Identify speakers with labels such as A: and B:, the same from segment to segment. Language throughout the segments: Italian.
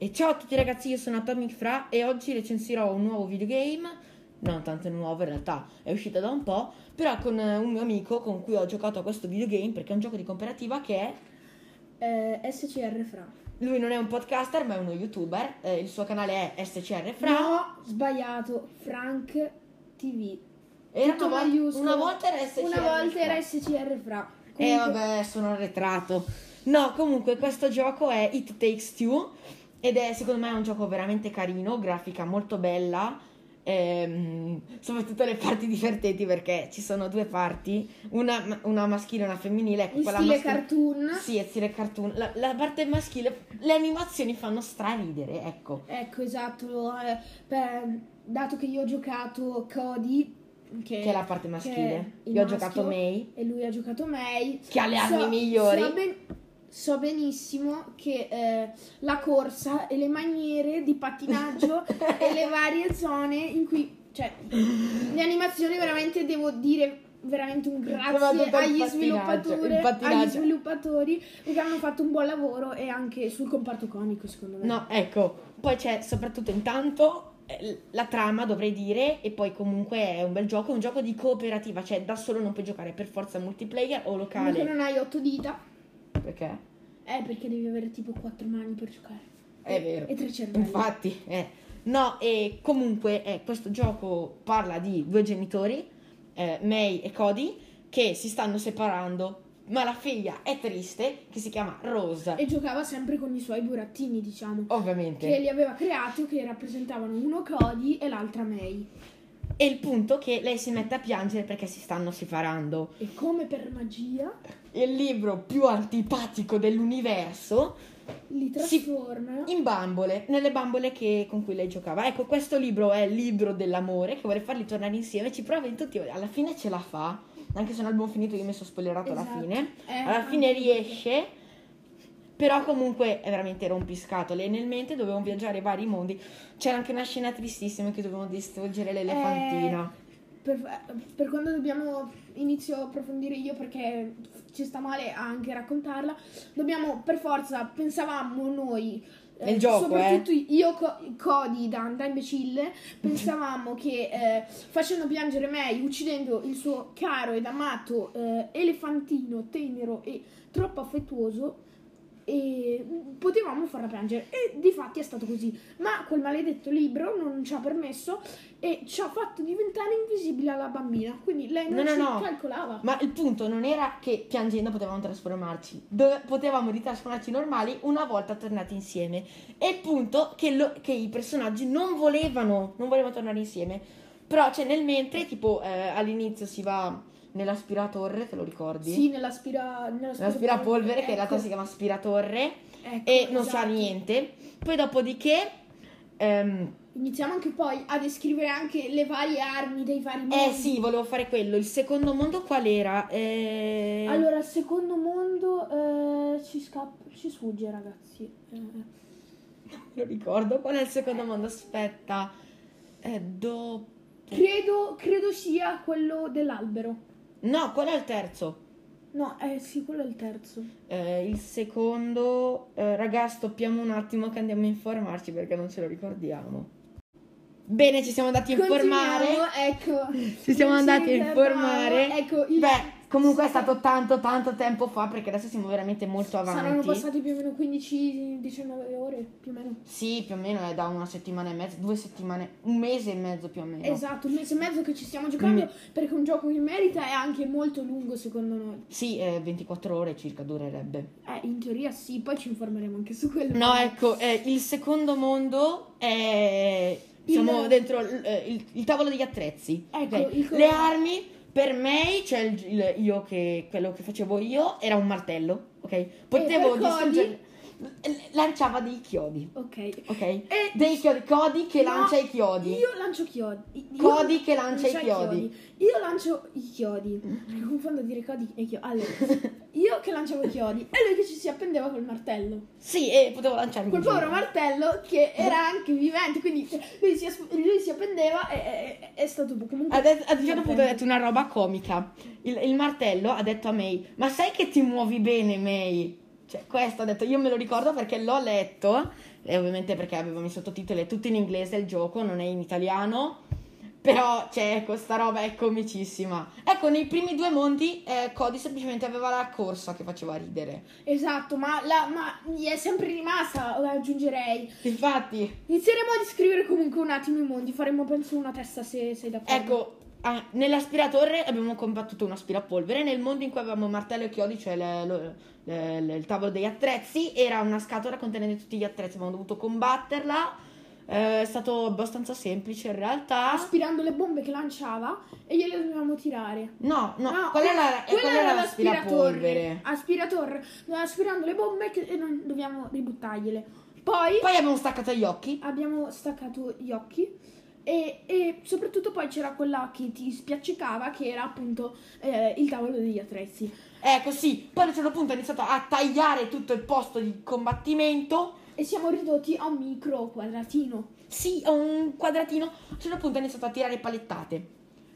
A: E ciao a tutti ragazzi, io sono Atomic Fra e oggi recensirò un nuovo videogame. Non tanto nuovo, in realtà è uscito da un po', però con eh, un mio amico con cui ho giocato a questo videogame perché è un gioco di cooperativa che è
B: Eh, SCR Fra.
A: lui non è un podcaster, ma è uno youtuber, eh, il suo canale è SCR Fra.
B: No, sbagliato. Frank TV.
A: Era
B: tutto
A: una, vol-
B: maiuscolo.
A: una volta era SCR.
B: Una volta
A: Fra.
B: era SCR Fra.
A: E
B: Comunque-
A: Eh, vabbè, sono arretrato. No, comunque questo gioco è It Takes Two ed è secondo me un gioco veramente carino, grafica molto bella, ehm, soprattutto le parti divertenti perché ci sono due parti, una, una maschile e una femminile. Ecco,
B: In
A: quella
B: stile
A: maschile-
B: cartoon.
A: Sì, è stile cartoon. La, la parte maschile, le animazioni fanno straridere, ecco.
B: Ecco, esatto. eh, per- dato che io ho giocato Cody, Eh, che,
A: Che è la parte maschile.
B: il
A: Io ho
B: maschio.
A: giocato May,
B: e lui ha giocato May,
A: che ha le armi migliori.
B: So, ben- so benissimo che eh, la corsa e le maniere di pattinaggio e le varie zone in cui, cioè, le animazioni veramente devo dire veramente un
A: Soprattutto
B: grazie
A: il
B: agli
A: pattinaggio,
B: sviluppatori,
A: il pattinaggio.
B: agli sviluppatori perché hanno fatto un buon lavoro e anche sul comparto conico secondo me.
A: No, ecco, poi c'è soprattutto intanto eh, la trama, dovrei dire, e poi comunque è un bel gioco, è un gioco di cooperativa, cioè da solo non puoi giocare per forza multiplayer o
B: Comunque
A: locale.
B: non hai otto dita,
A: Perché?
B: eh perché devi avere tipo quattro mani per giocare.
A: È vero.
B: E tre cervelli.
A: Infatti, eh. No, e comunque eh, questo gioco parla di due genitori, eh, May e Cody, che si stanno separando, ma la figlia è triste, che si chiama Rose.
B: E giocava sempre con i suoi burattini, diciamo.
A: Ovviamente.
B: che li aveva creati che rappresentavano uno Cody e l'altra May.
A: E il punto è che lei si mette a piangere perché si stanno separando.
B: E come per magia
A: il libro più antipatico dell'universo
B: li
A: Sì.
B: trasforma.
A: in bambole, nelle bambole che- con cui lei giocava. Ecco, questo libro è il libro dell'amore che vuole farli tornare insieme, ci prova in tutti, alla fine ce la fa, anche se non abbiamo finito io mi sono spoilerato alla
B: Esatto.
A: fine.
B: Eh,
A: Alla fine
B: anche-
A: riesce, però comunque è veramente rompiscatole. E Nel mente dovevamo viaggiare vari mondi, c'era anche una scena tristissima in cui dovevamo
B: Eh,
A: distruggere l'elefantina.
B: Per, per quando dobbiamo inizio a approfondire io perché ci sta male anche raccontarla, dobbiamo per forza, pensavamo noi, eh,
A: Nel gioco, eh?
B: soprattutto io, Co- Cody, da, da imbecille, pensavamo che eh, facendo piangere May, uccidendo il suo caro ed amato eh, elefantino, tenero e troppo affettuoso, e potevamo farla piangere e di fatti è stato così ma quel maledetto libro non ci ha permesso e ci ha fatto diventare invisibile alla bambina quindi lei non
A: No, no,
B: ci
A: no.
B: calcolava
A: Ma il punto non era che piangendo potevamo trasformarci, dove potevamo ritrasformarci normali una volta tornati insieme. E il punto che, lo- che i personaggi non volevano, non volevano tornare insieme. Però c'è nel mentre, tipo eh, all'inizio si va nell'aspiratorre, te lo ricordi?
B: sì nell'aspira
A: L'aspirapolvere che in realtà
B: ecco,
A: si chiama aspiratorre
B: ecco,
A: e non sa
B: esatto.
A: niente. Poi dopodiché... ehm,
B: iniziamo anche poi a descrivere anche le varie armi dei vari mondi
A: eh sì, volevo fare quello. Il secondo mondo qual era? Eh,
B: allora il secondo mondo eh, ci scappa ci sfugge ragazzi Eh,
A: Lo ricordo qual è il secondo mondo, aspetta. È do...
B: credo credo sia quello dell'albero
A: No, qual è il terzo?
B: no eh sì quello è il terzo
A: Eh, il secondo... eh, ragazzi, stoppiamo un attimo che andiamo a informarci perché non ce lo ricordiamo. Bene, ci siamo andati a informare.
B: Continuiamo, Ecco.
A: Ci siamo
B: Non ci
A: andati a informare.
B: ricordavamo, Ecco, il-
A: Beh, comunque è
B: sì,
A: stato tanto tanto tempo fa perché adesso siamo veramente molto
B: Saranno
A: avanti.
B: passati più o meno 15-19 ore, più o meno.
A: Sì, più o meno è da una settimana e mezzo, due settimane, un mese e mezzo più o meno.
B: Esatto, un mese e mezzo che ci stiamo giocando perché un gioco che merita è anche molto lungo secondo noi.
A: Sì, eh, 24 ore circa durerebbe.
B: Eh, in teoria sì, poi ci informeremo anche su quello.
A: No, ecco, eh, il secondo mondo è... Siamo
B: Il-
A: dentro l- eh, il, il tavolo degli attrezzi.
B: Ecco,
A: Ok.
B: il-
A: Le armi, per me, cioè il- il- io che, quello che facevo io, era un martello, ok? Potevo
B: Eh, per Cody?
A: distruggere... l- Lanciava dei chiodi,
B: Ok.
A: ok?
B: E
A: Dei chiodi, Cody che
B: No,
A: lancia i chiodi.
B: Io lancio chiodi. Io-
A: Cody che lancia i chiodi. Mm.
B: Io lancio i chiodi. Mi confondo a dire Cody e chiodi. Allora, io che lanciavo i chiodi e lui che ci si appendeva col martello.
A: Sì, e potevo lanciarmi
B: quel
A: in giro.
B: povero martello che era anche vivente, quindi cioè, lui, si, as- lui si appendeva e, e- è stato comunque...
A: Adesso, a un certo punto ha detto una roba comica. Il, il martello ha detto a May: Ma sai che ti muovi bene, May? Cioè, questo ho detto, io me lo ricordo perché l'ho letto, e ovviamente perché avevamo i sottotitoli, è tutto in inglese il gioco, non è in italiano, però, cioè, questa roba è comicissima. Ecco, nei primi due monti eh, Cody semplicemente aveva la corsa che faceva ridere.
B: Esatto, ma, la, ma gli è sempre rimasta, aggiungerei.
A: Infatti,
B: Inizieremo a descrivere comunque un attimo i mondi, faremo penso una testa se sei d'accordo.
A: ecco, ah, nell'aspiratore abbiamo combattuto un aspirapolvere, nel mondo in cui avevamo martello e chiodi, cioè le- lo- le- le- il tavolo degli attrezzi, era una scatola contenente tutti gli attrezzi, abbiamo dovuto combatterla. eh, È stato abbastanza semplice in realtà.
B: Aspirando le bombe che lanciava e gliele dovevamo tirare.
A: No, no,
B: No,
A: quella, era,
B: quella
A: quella era
B: l'aspiratorre.
A: l'aspirapolvere.
B: Aspiratore, doveva aspirando le bombe che- e non dobbiamo ributtargliele. Poi
A: Poi abbiamo staccato gli occhi.
B: abbiamo staccato gli occhi e, e soprattutto poi c'era quella che ti spiaccicava che era appunto eh, il tavolo degli attrezzi.
A: Ecco, sì. Poi a un certo punto ha iniziato a tagliare tutto il posto di combattimento.
B: E siamo ridotti a un micro quadratino.
A: Sì, a un quadratino. A un certo punto ha iniziato a tirare palettate.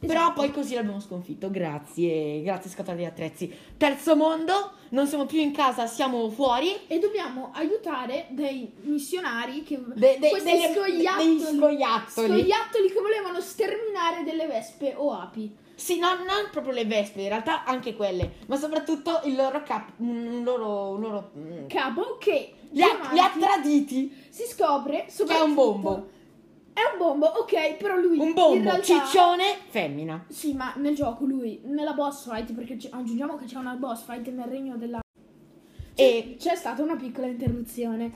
A: Però
B: Esatto.
A: poi così l'abbiamo sconfitto. Grazie, grazie scatola degli attrezzi. Terzo mondo, non siamo più in casa, siamo fuori.
B: E dobbiamo aiutare dei missionari che
A: De- de-
B: questi
A: delle-
B: scoiattoli,
A: degli scoiattoli.
B: scoiattoli che volevano sterminare delle vespe o api.
A: Sì, no, non proprio le vespe, in realtà anche quelle, ma soprattutto il loro cap... un loro... un loro mm,
B: Capo che
A: li, ha,
B: davanti
A: li ha traditi.
B: si scopre
A: Che è un bombo.
B: È un bombo, ok, però lui
A: Un
B: in
A: bombo,
B: realtà-
A: ciccione, femmina.
B: Sì, ma nel gioco lui, nella boss fight, perché c- aggiungiamo che c'è una boss fight nel regno della... C'è,
A: E-
B: c'è stata una piccola interruzione.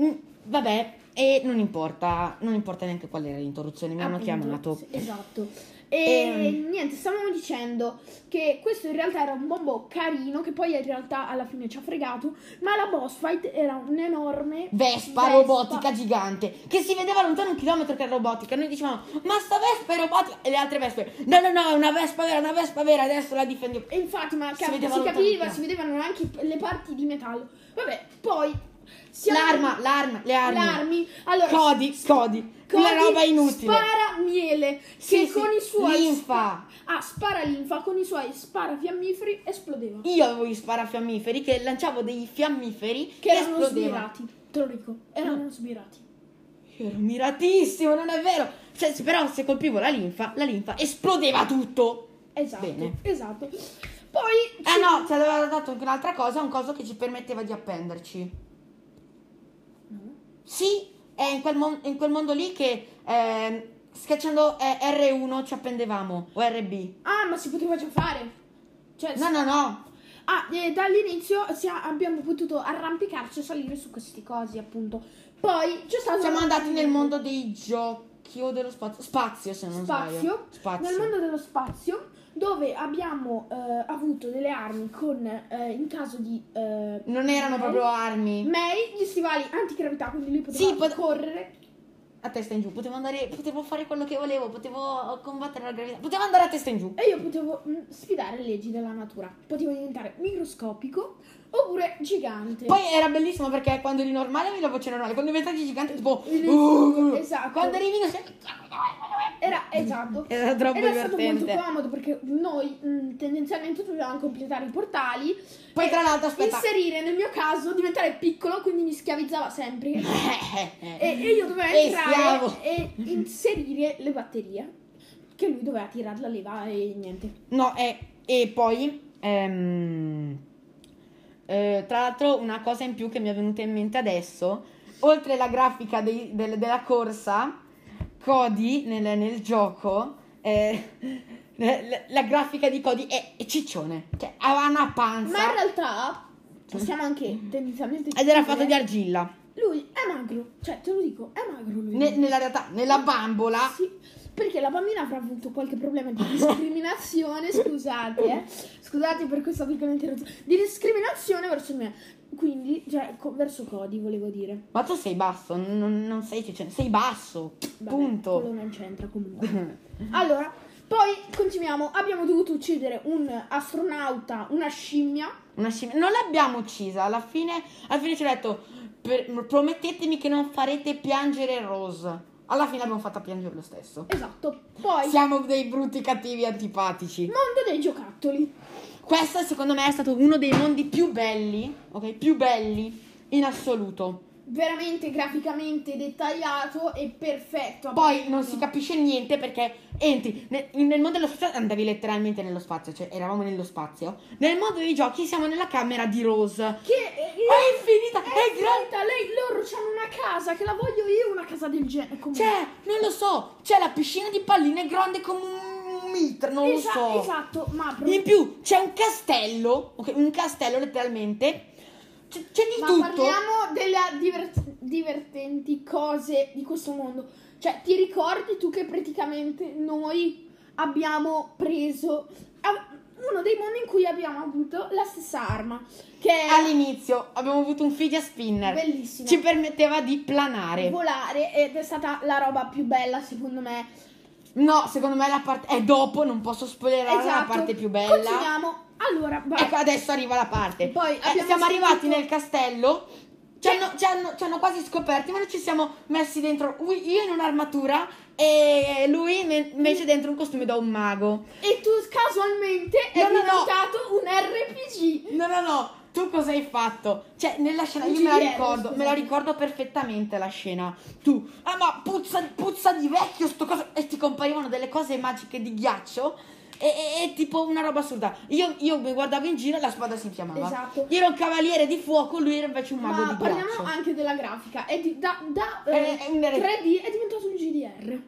A: Mm, vabbè, e non importa, non importa neanche qual era l'interruzione, mi hanno
B: appunto.
A: chiamato.
B: Sì, Esatto. E
A: Ehm.
B: niente, stavamo dicendo che questo in realtà era un bombo carino che poi in realtà alla fine ci ha fregato, ma la boss fight era un'enorme
A: Vespa, robotica gigante, che si vedeva lontano un chilometro che era robotica. Noi dicevamo, ma sta Vespa è robotica. E le altre Vespe, no, no, no, è una Vespa vera, una Vespa vera, adesso la difendiamo.
B: E infatti, ma
A: Si
B: cavolo, si,
A: vedeva lontano,
B: capiva,
A: no.
B: si vedevano anche le parti di metallo. Vabbè, poi siamo-
A: L'arma, l'arma, le armi.
B: le armi. Allora,
A: Codi, codi, quella
B: Cody
A: roba inutile.
B: Spara miele
A: Sì,
B: che
A: sì,
B: con i suoi
A: linfa.
B: Ah, spara linfa con i suoi spara fiammiferi esplodeva.
A: Io avevo gli sparafiammiferi che lanciavo dei fiammiferi
B: Che erano
A: esplodevano.
B: sbirati, te lo dico, erano
A: Mm.
B: sbirati.
A: Io ero miratissimo, non è vero. Cioè, se- però se colpivo la linfa, la linfa esplodeva tutto.
B: Esatto,
A: Bene.
B: esatto. Poi
A: Ah no, ci aveva dato anche un'altra cosa, un coso che ci permetteva di appenderci. Sì, è in quel, mon- in quel mondo lì che ehm, schiacciando eh, R1 ci appendevamo, o RB.
B: Ah, ma si poteva già fare. Cioè,
A: No, no, no.
B: Ah, eh, dall'inizio si- abbiamo potuto arrampicarci e salire su questi cosi, appunto. Poi c'è stato
A: Siamo andati nel mondo dei giochi o dello spazio. Spazio, se non
B: spazio,
A: sbaglio. Spazio.
B: nel mondo dello spazio, dove abbiamo eh, avuto delle armi con, eh, in caso di... eh,
A: Non erano
B: May-
A: proprio armi.
B: May, gli stivali antigravità, quindi lui poteva
A: Sì, pot-
B: correre.
A: a testa in giù, potevo andare, potevo fare quello che volevo, potevo combattere la gravità, potevo andare a testa in giù.
B: E io potevo mm, sfidare le leggi della natura. Potevo diventare microscopico oppure gigante.
A: Poi era bellissimo perché quando eri normale avevi la voce normale, quando diventavi gigante tipo
B: Sì,
A: "Uh".
B: esatto.
A: Quando eri minus
B: Era esatto.
A: era troppo
B: Era stato molto
A: divertente.
B: comodo perché noi mm, tendenzialmente dovevamo completare i portali.
A: Poi
B: e
A: tra l'altro aspetta.
B: Inserire nel mio caso, diventare piccolo, quindi mi schiavizzava sempre. e,
A: e
B: e io dovevo
A: E Eh. schiavo.
B: entrare e inserire le batterie. Che lui doveva tirare la leva e niente.
A: No, e, e poi, ehm, eh, tra l'altro, una cosa in più che mi è venuta in mente adesso, oltre alla grafica dei- del- della corsa, Cody nel, nel gioco, eh, la, la grafica di Cody è, è ciccione, cioè aveva una panza
B: Ma in realtà possiamo anche tendenzialmente
A: ed era
B: dire-
A: fatto di argilla.
B: Lui è magro, cioè te lo dico, è magro lui.
A: Ne- nella realtà, nella bambola,
B: Sì, perché la bambina avrà avuto qualche problema di discriminazione, scusate, eh. scusate per questa piccola interruzione, di discriminazione verso me, quindi, cioè, co- verso Cody volevo dire.
A: ma tu sei basso, non, non sei ciccione, sei basso,
B: Vabbè,
A: punto.
B: Quello non c'entra comunque. allora, poi continuiamo, abbiamo dovuto uccidere un astronauta, una scimmia,
A: Una scimmia. Non l'abbiamo uccisa. Alla fine, alla fine ci ha detto: "Per- Promettetemi che non farete piangere Rose. Alla fine l'abbiamo fatta piangere lo stesso.
B: esatto, poi...
A: Siamo dei brutti cattivi antipatici.
B: Mondo dei giocattoli.
A: Questo secondo me è stato uno dei mondi più belli, ok? Più belli in assoluto.
B: Veramente graficamente dettagliato e perfetto.
A: Poi non si capisce niente perché entri ne- in- nel mondo dello spazio andavi letteralmente nello spazio, cioè eravamo nello spazio. Nel mondo dei giochi siamo nella camera di Rose.
B: Che eh,
A: È infinita, è grande.
B: finita, Lei, loro hanno una casa che la voglio io, una casa del genere. comunque.
A: Cioè, non lo so, c'è la piscina di palline grande come un mitra, non
B: Esa-
A: lo so.
B: Esatto, ma pro-
A: In più c'è un castello, ok, un castello letteralmente. C'è, c'è di
B: ma
A: tutto.
B: parliamo delle diver- divertenti cose di questo mondo. Cioè, ti ricordi tu che praticamente noi abbiamo preso a- uno dei mondi in cui abbiamo avuto la stessa arma, che è
A: All'inizio abbiamo avuto un fidget spinner.
B: bellissima.
A: Ci permetteva di planare.
B: volare ed è stata la roba più bella secondo me.
A: No, secondo me la parte è dopo, non posso spoilerare la parte più bella.
B: Esatto. Continuiamo. Allora, vai.
A: Ecco, adesso arriva la parte.
B: Poi
A: Eh,
B: abbiamo
A: siamo arrivati
B: sentito-
A: nel castello. Ci hanno, ci hanno- ci hanno quasi scoperti, ma noi ci siamo messi dentro. Ui- Io in un'armatura e lui me- invece dentro un costume da un mago.
B: E tu casualmente
A: No,
B: hai
A: no, no.
B: diventato un RPG.
A: No, no, no. Tu cosa hai fatto? Cioè, nella scena
B: Un
A: io me la
B: GDR,
A: ricordo,
B: scusa.
A: me la ricordo perfettamente la scena. Tu, ah ma puzza, puzza di vecchio sto coso e ti comparivano delle cose magiche di ghiaccio e, e- e tipo una roba assurda. Io, io mi guardavo in giro e la spada si fiammava.
B: Esatto.
A: Io ero un cavaliere di fuoco, lui era invece un mago
B: Ma
A: di
B: parliamo
A: ghiaccio.
B: anche della grafica. È di- da, da,
A: È-
B: eh,
A: è un vero-
B: 3D è diventato un GDR.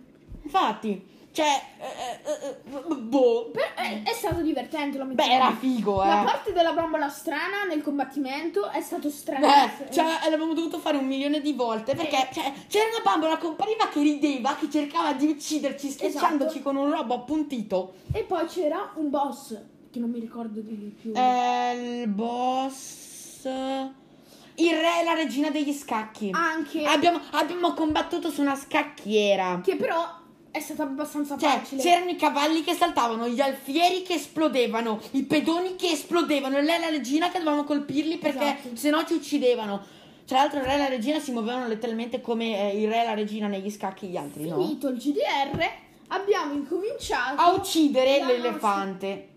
A: Infatti, cioè, eh, eh, eh, boh.
B: Per- è, è stato divertente, lo
A: Beh,
B: mettiamo.
A: era figo, eh.
B: La parte della bambola strana nel combattimento è stato strano.
A: Beh, cioè, l'abbiamo dovuto fare un milione di volte perché cioè, c'era una bambola che compariva che rideva, che cercava di ucciderci schiacciandoci
B: Esatto.
A: con un robo appuntito.
B: E poi c'era un boss che non mi ricordo di più.
A: Eh, il boss. Il re e la regina degli scacchi.
B: Ah, Anche
A: Abbiamo, abbiamo combattuto su una scacchiera.
B: che però è stata abbastanza
A: Cioè,
B: facile.
A: c'erano i cavalli che saltavano, gli alfieri che esplodevano, i pedoni che esplodevano, e lei e la regina che dovevamo colpirli perché
B: Esatto.
A: se no ci uccidevano. Tra l'altro il re e la regina si muovevano letteralmente come eh, il re e la regina negli scacchi gli altri, no?
B: Finito il GDR, abbiamo incominciato
A: A uccidere
B: La
A: l'elefante.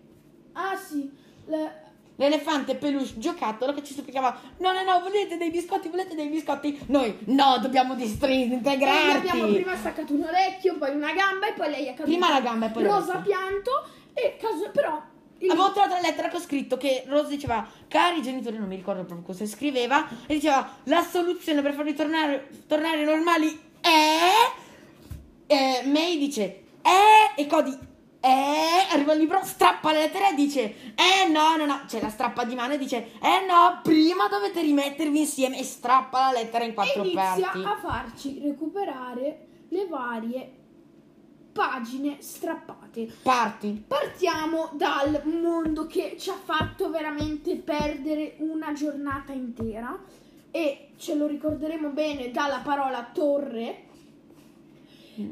B: Ah sì, le-
A: L'elefante peluche giocattolo che ci supplicava No, no, no, volete dei biscotti, volete dei biscotti? Noi, no, dobbiamo
B: noi gli abbiamo
A: disintegrarti.
B: prima staccato un orecchio, poi una gamba e poi lei è caduta.
A: Prima la gamba e poi
B: Rosa ha
A: l'orecchio.
B: pianto e caso però il-
A: Avevo trovato la lettera che ho scritto che Rose diceva, cari genitori, non mi ricordo proprio cosa scriveva, e diceva, la soluzione per farvi tornare, tornare normali è... Eh, May dice, è... e Cody, è... arriva il libro, strappa la lettera e dice, eh no, no, no, c'è la strappa di mano e dice, eh no, prima dovete rimettervi insieme e strappa la lettera in quattro
B: inizia
A: parti.
B: a farci recuperare le varie pagine strappate.
A: Parti.
B: Partiamo dal mondo che ci ha fatto veramente perdere una giornata intera e ce lo ricorderemo bene dalla parola torre.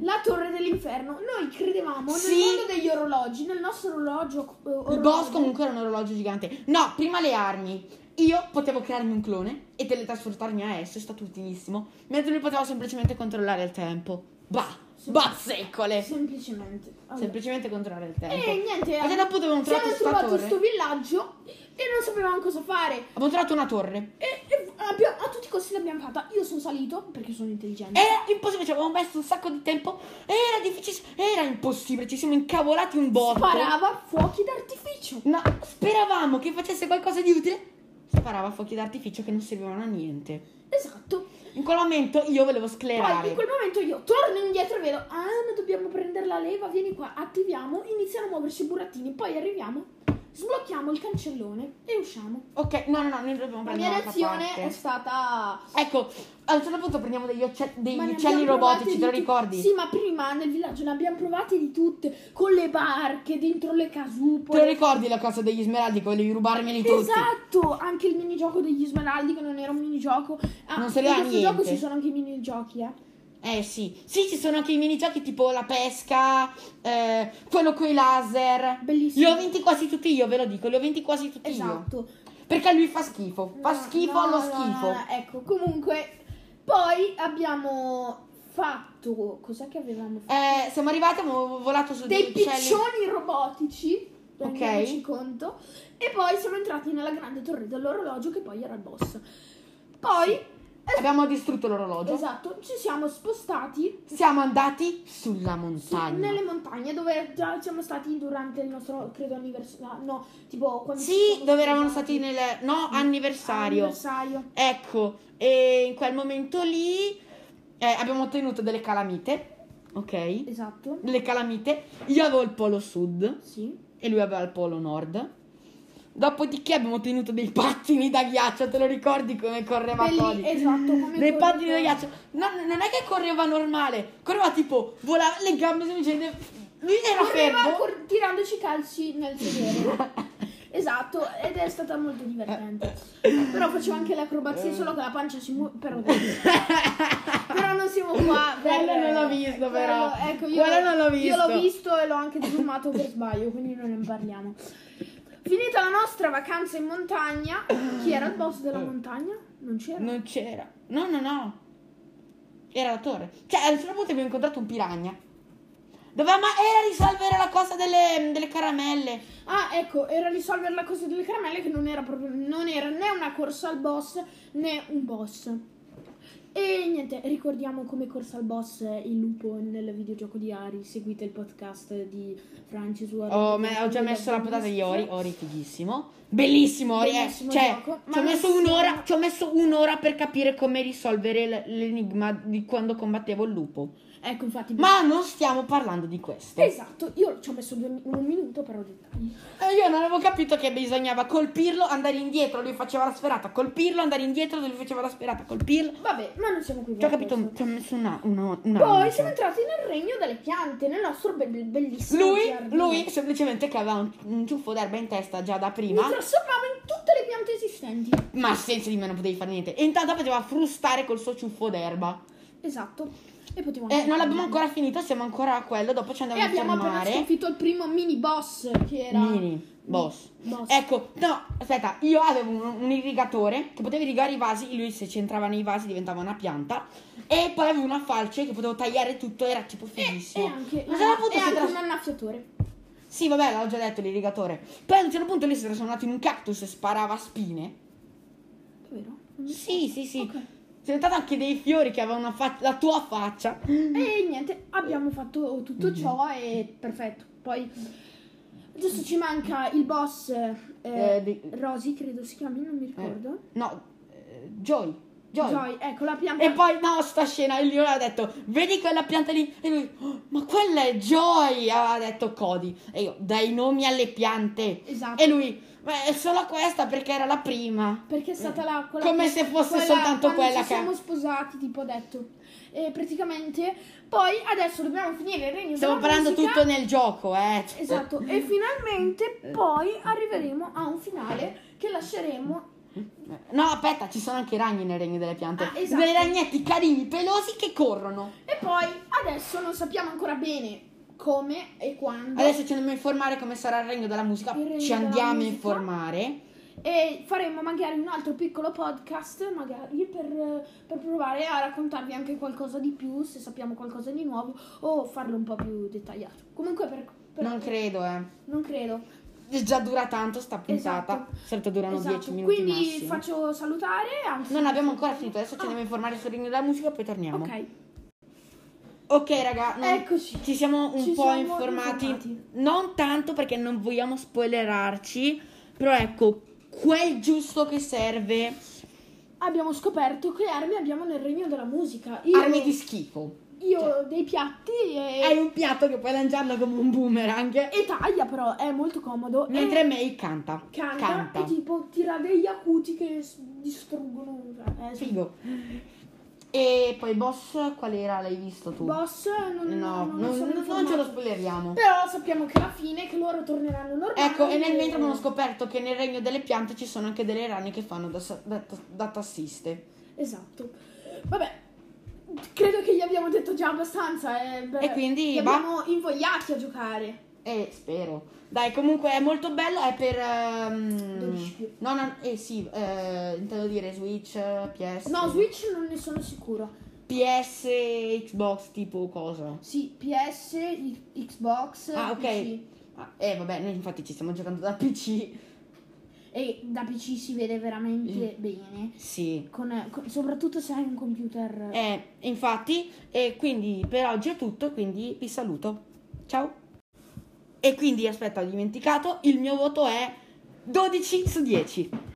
B: La torre dell'inferno. Noi credevamo
A: Sì.
B: nel mondo degli orologi, nel nostro orologio. eh,
A: Il
B: orologio.
A: boss comunque era un orologio gigante. No, prima le armi. Io potevo crearmi un clone e teletrasportarmi a esso, è stato utilissimo. Mentre lui poteva semplicemente controllare il tempo. Bah,
B: Sì.
A: bazzeccole.
B: Semplicemente. Allora.
A: Semplicemente controllare il tempo.
B: E niente,
A: Perché dopo dovevamo trovare
B: siamo
A: questa
B: trovati
A: torre.
B: questo villaggio e non sapevamo cosa fare.
A: Abbiamo trovato una torre.
B: E, e abbia- a tutti i costi l'abbiamo fatta. Io sono salito perché sono intelligente.
A: Era impossibile, ci avevamo messo un sacco di tempo. Era difficile, era impossibile. Ci siamo incavolati un botto.
B: Sparava fuochi d'artificio.
A: No, speravamo che facesse qualcosa di utile. Sparava fuochi d'artificio che non servivano a niente.
B: Esatto.
A: In quel momento io volevo sclerare.
B: Poi in quel momento io torno indietro e vedo, ah ma dobbiamo prendere la leva, vieni qua, attiviamo, iniziano a muoversi i burattini, poi arriviamo, sblocchiamo il cancellone e usciamo.
A: Ok, no, no, no, noi dobbiamo
B: La
A: prendere
B: mia
A: un'altra
B: reazione
A: parte.
B: è stata...
A: Ecco, a un certo punto prendiamo degli, occe- degli
B: Ma ne
A: uccelli
B: abbiamo provate
A: robotici,
B: di
A: te lo
B: tu-
A: ricordi?
B: Sì, ma prima nel villaggio ne abbiamo provate di tutte, con le barche, dentro le
A: Te lo
B: casupole.
A: ricordi la cosa degli smeraldi che volevi rubarmeli tutti?
B: Esatto, anche il minigioco degli smeraldi che non era un minigioco. Ah,
A: Non se ne ha
B: in questo
A: niente.
B: gioco ci sono anche i minigiochi, eh.
A: Eh sì, sì, ci sono anche i minigiochi tipo la pesca, eh, quello coi laser. Li
B: Bellissimo.
A: ho vinti quasi tutti io, ve lo dico, li ho vinti quasi tutti io.
B: Esatto.
A: Perché lui fa schifo, fa
B: No,
A: schifo
B: no,
A: allo
B: no,
A: schifo.
B: no, no, Ecco, comunque poi abbiamo fatto cos'è che avevamo fatto?
A: Eh, siamo arrivati, abbiamo volato su
B: Dei
A: degli uccelli.
B: piccioni robotici. rendiamoci conto. E poi siamo entrati nella grande torre dell'orologio che poi era il boss. Poi,
A: Abbiamo distrutto l'orologio.
B: esatto, ci siamo spostati
A: Siamo andati sulla
B: su-
A: montagna.
B: nelle montagne dove già siamo stati durante il nostro, credo, anniversario. ah, No, tipo quando... ci
A: Sì,
B: siamo
A: dove eravamo
B: sposati.
A: stati nel no, anniversario.
B: Anniversario.
A: Ecco, e in quel momento lì eh, abbiamo ottenuto delle calamite, ok?
B: Esatto.
A: Le calamite. Io avevo il polo sud
B: Sì.
A: e lui aveva il polo nord. Dopodiché abbiamo ottenuto dei pattini da ghiaccio, te lo ricordi come correva
B: Belli-
A: Cody?
B: esatto,
A: Dei
B: come correva-
A: pattini da ghiaccio. No, no, non è che correva normale, correva tipo, volava le gambe semplicemente... Lui era
B: Correva
A: fermo.
B: cor- tirandoci i calci nel sedere. esatto, ed è stata molto divertente.
A: Eh.
B: Però facevo anche le acrobazie, solo che la pancia si muove. Però, però non siamo qua. per-
A: Quello non l'ho visto,
B: quello-
A: però.
B: Ecco, io,
A: Quello non l'ho
B: io
A: visto.
B: l'ho visto e l'ho anche zoomato per sbaglio, quindi non ne parliamo. Finita la nostra vacanza in montagna, chi era il boss
A: Eh.
B: della montagna? Non c'era.
A: Non c'era. No, no, no. Era la torre. Cioè, a un certo punto abbiamo incontrato un piragna. Dovevamo era risolvere la cosa delle, delle caramelle.
B: Ah, ecco, era risolvere la cosa delle caramelle che non era proprio non era né una corsa al boss né un boss. E niente, ricordiamo come corsa al boss il lupo nel videogioco di Ari. Seguite il podcast di Francis Warren.
A: Oh, me- ho già messo la puntata di Ori. Ori fighissimo. Bellissimo Ori. eh.
B: Bellissimo
A: cioè,
B: gioco,
A: ci
B: ma
A: ho, messo
B: non si-
A: un'ora, ci ho messo un'ora per capire come risolvere l- l'enigma di quando combattevo il lupo.
B: Ecco, infatti.
A: Ma non stiamo parlando di questo.
B: Esatto, io ci ho messo due mi- un minuto però dettagli.
A: Eh, Io non avevo capito che bisognava colpirlo, andare indietro, lui faceva la sferata, colpirlo, andare indietro, lui faceva la sferata, colpirlo.
B: Vabbè, ma non siamo qui.
A: Ci ho
B: per
A: capito,
B: questo.
A: ci ho messo una, una, una
B: Poi siamo entrati nel regno delle piante, nel nostro be- bellissimo
A: lui,
B: giardino.
A: lui semplicemente che aveva un, un ciuffo d'erba in testa già da
B: mi
A: prima,
B: trasformavo in tutte le piante esistenti.
A: ma senza di me non potevi fare niente. E intanto faceva frustare col suo ciuffo d'erba.
B: Esatto. E potevamo
A: E
B: anche
A: Eh, non l'abbiamo
B: farlo.
A: ancora finito, siamo ancora a quello, dopo ci
B: E
A: andiamo
B: abbiamo
A: a
B: appena
A: mare.
B: sconfitto il primo mini boss che era
A: Mini, boss.
B: boss.
A: Ecco, no, aspetta, io avevo un, un irrigatore che potevi irrigare i vasi, lui se ci entrava nei vasi diventava una pianta. E poi avevo una falce che potevo tagliare tutto, era tipo
B: E,
A: fighissimo.
B: e anche,
A: Ma se l'ha potuto
B: e anche
A: tras-
B: un annaffiatore.
A: Sì, vabbè, l'ho già detto l'irrigatore. Poi a un certo punto lui si è trasformato in un cactus e sparava spine.
B: Vero? Non mi-
A: Sì, sì, sì.
B: Ok.
A: C'è diventato anche dei fiori che avevano una fac- la tua faccia.
B: E niente, abbiamo fatto tutto ciò
A: Mm-hmm.
B: e perfetto. Poi adesso ci manca il boss eh,
A: Eh, di-
B: Rosy, credo si chiami, non mi ricordo.
A: No, eh, Joy. Joy.
B: Joy, ecco la pianta.
A: E poi, no, sta scena, il Leone ha detto, vedi quella pianta lì? E lui, "Oh, ma quella è Joy, aveva detto Cody. E io, dai nomi alle piante.
B: Esatto.
A: E lui, ma è solo questa perché era la prima.
B: Perché è stata la quella
A: Eh, Come se fosse
B: quella-
A: soltanto
B: quando
A: quella
B: ci
A: che-
B: siamo sposati, tipo ho detto. E praticamente poi adesso dobbiamo finire il regno
A: Stiamo
B: della
A: parlando
B: musica.
A: tutto nel gioco, eh.
B: Esatto, e finalmente poi arriveremo a un finale che lasceremo
A: No, aspetta, ci sono anche i ragni nel regno delle piante.
B: Ah, esatto.
A: Dei ragnetti carini, pelosi che corrono.
B: e poi adesso non sappiamo ancora bene come e quando
A: Adesso ci andiamo a informare come sarà il regno della musica.
B: Il regno
A: ci
B: della
A: andiamo a
B: musica.
A: informare.
B: e faremo magari un altro piccolo podcast magari per, per provare a raccontarvi anche qualcosa di più se sappiamo qualcosa di nuovo o farlo un po' più dettagliato. Comunque per, per-
A: Non credo, eh.
B: non credo.
A: Già dura tanto sta puntata.
B: Esatto.
A: Solito durano
B: Esatto,
A: 10 minuti
B: Quindi
A: massimo.
B: faccio salutare, anzi
A: Non abbiamo ancora finito, adesso ci
B: Ah.
A: andiamo a informare sul regno della musica e poi torniamo.
B: Ok.
A: Ok, raga, non-
B: Eccoci.
A: Ci siamo un
B: Ci
A: po'
B: siamo
A: informati.
B: informati.
A: Non tanto perché non vogliamo spoilerarci, però ecco, quel giusto che serve.
B: Abbiamo scoperto che armi abbiamo nel regno della musica. Io,
A: Armi di schifo.
B: io dei piatti e,
A: Hai un piatto che puoi lanciarlo come un boomerang.
B: e taglia, però è molto comodo.
A: Mentre
B: e
A: May canta.
B: canta, e tipo tira dei yakuti che s- distruggono. cioè, eh, sì.
A: Figo. E poi boss, qual era? L'hai visto tu?
B: Boss, non,
A: no,
B: non,
A: non,
B: sono
A: non
B: informata.
A: ce lo spoileriamo.
B: Però sappiamo che alla fine che loro torneranno normali.
A: Ecco, e nel mentre abbiamo scoperto che nel regno delle piante ci sono anche delle rane che fanno da, sa- da- da tassiste.
B: Esatto. Vabbè. Credo che gli abbiamo detto già abbastanza. eh, beh,
A: E quindi boh.
B: li
A: va-
B: abbiamo invogliati a giocare.
A: Eh, spero. Dai, comunque è molto bello, è per... ehm,
B: 12 più.
A: no, no, eh sì, eh, intendo dire Switch, eh, PS...
B: No, Switch non ne sono sicuro.
A: PS, Xbox, tipo cosa.
B: Sì, PS, i- Xbox,
A: Ah, ok.
B: PC.
A: Ah, eh, vabbè, noi infatti ci stiamo giocando da PC.
B: E da PC si vede
A: Mm.
B: veramente bene.
A: Sì.
B: Con- con- soprattutto se hai un computer.
A: Eh, infatti, e quindi per oggi è tutto, quindi vi saluto. Ciao. E quindi, aspetta, ho dimenticato, il mio voto è 12 su 10.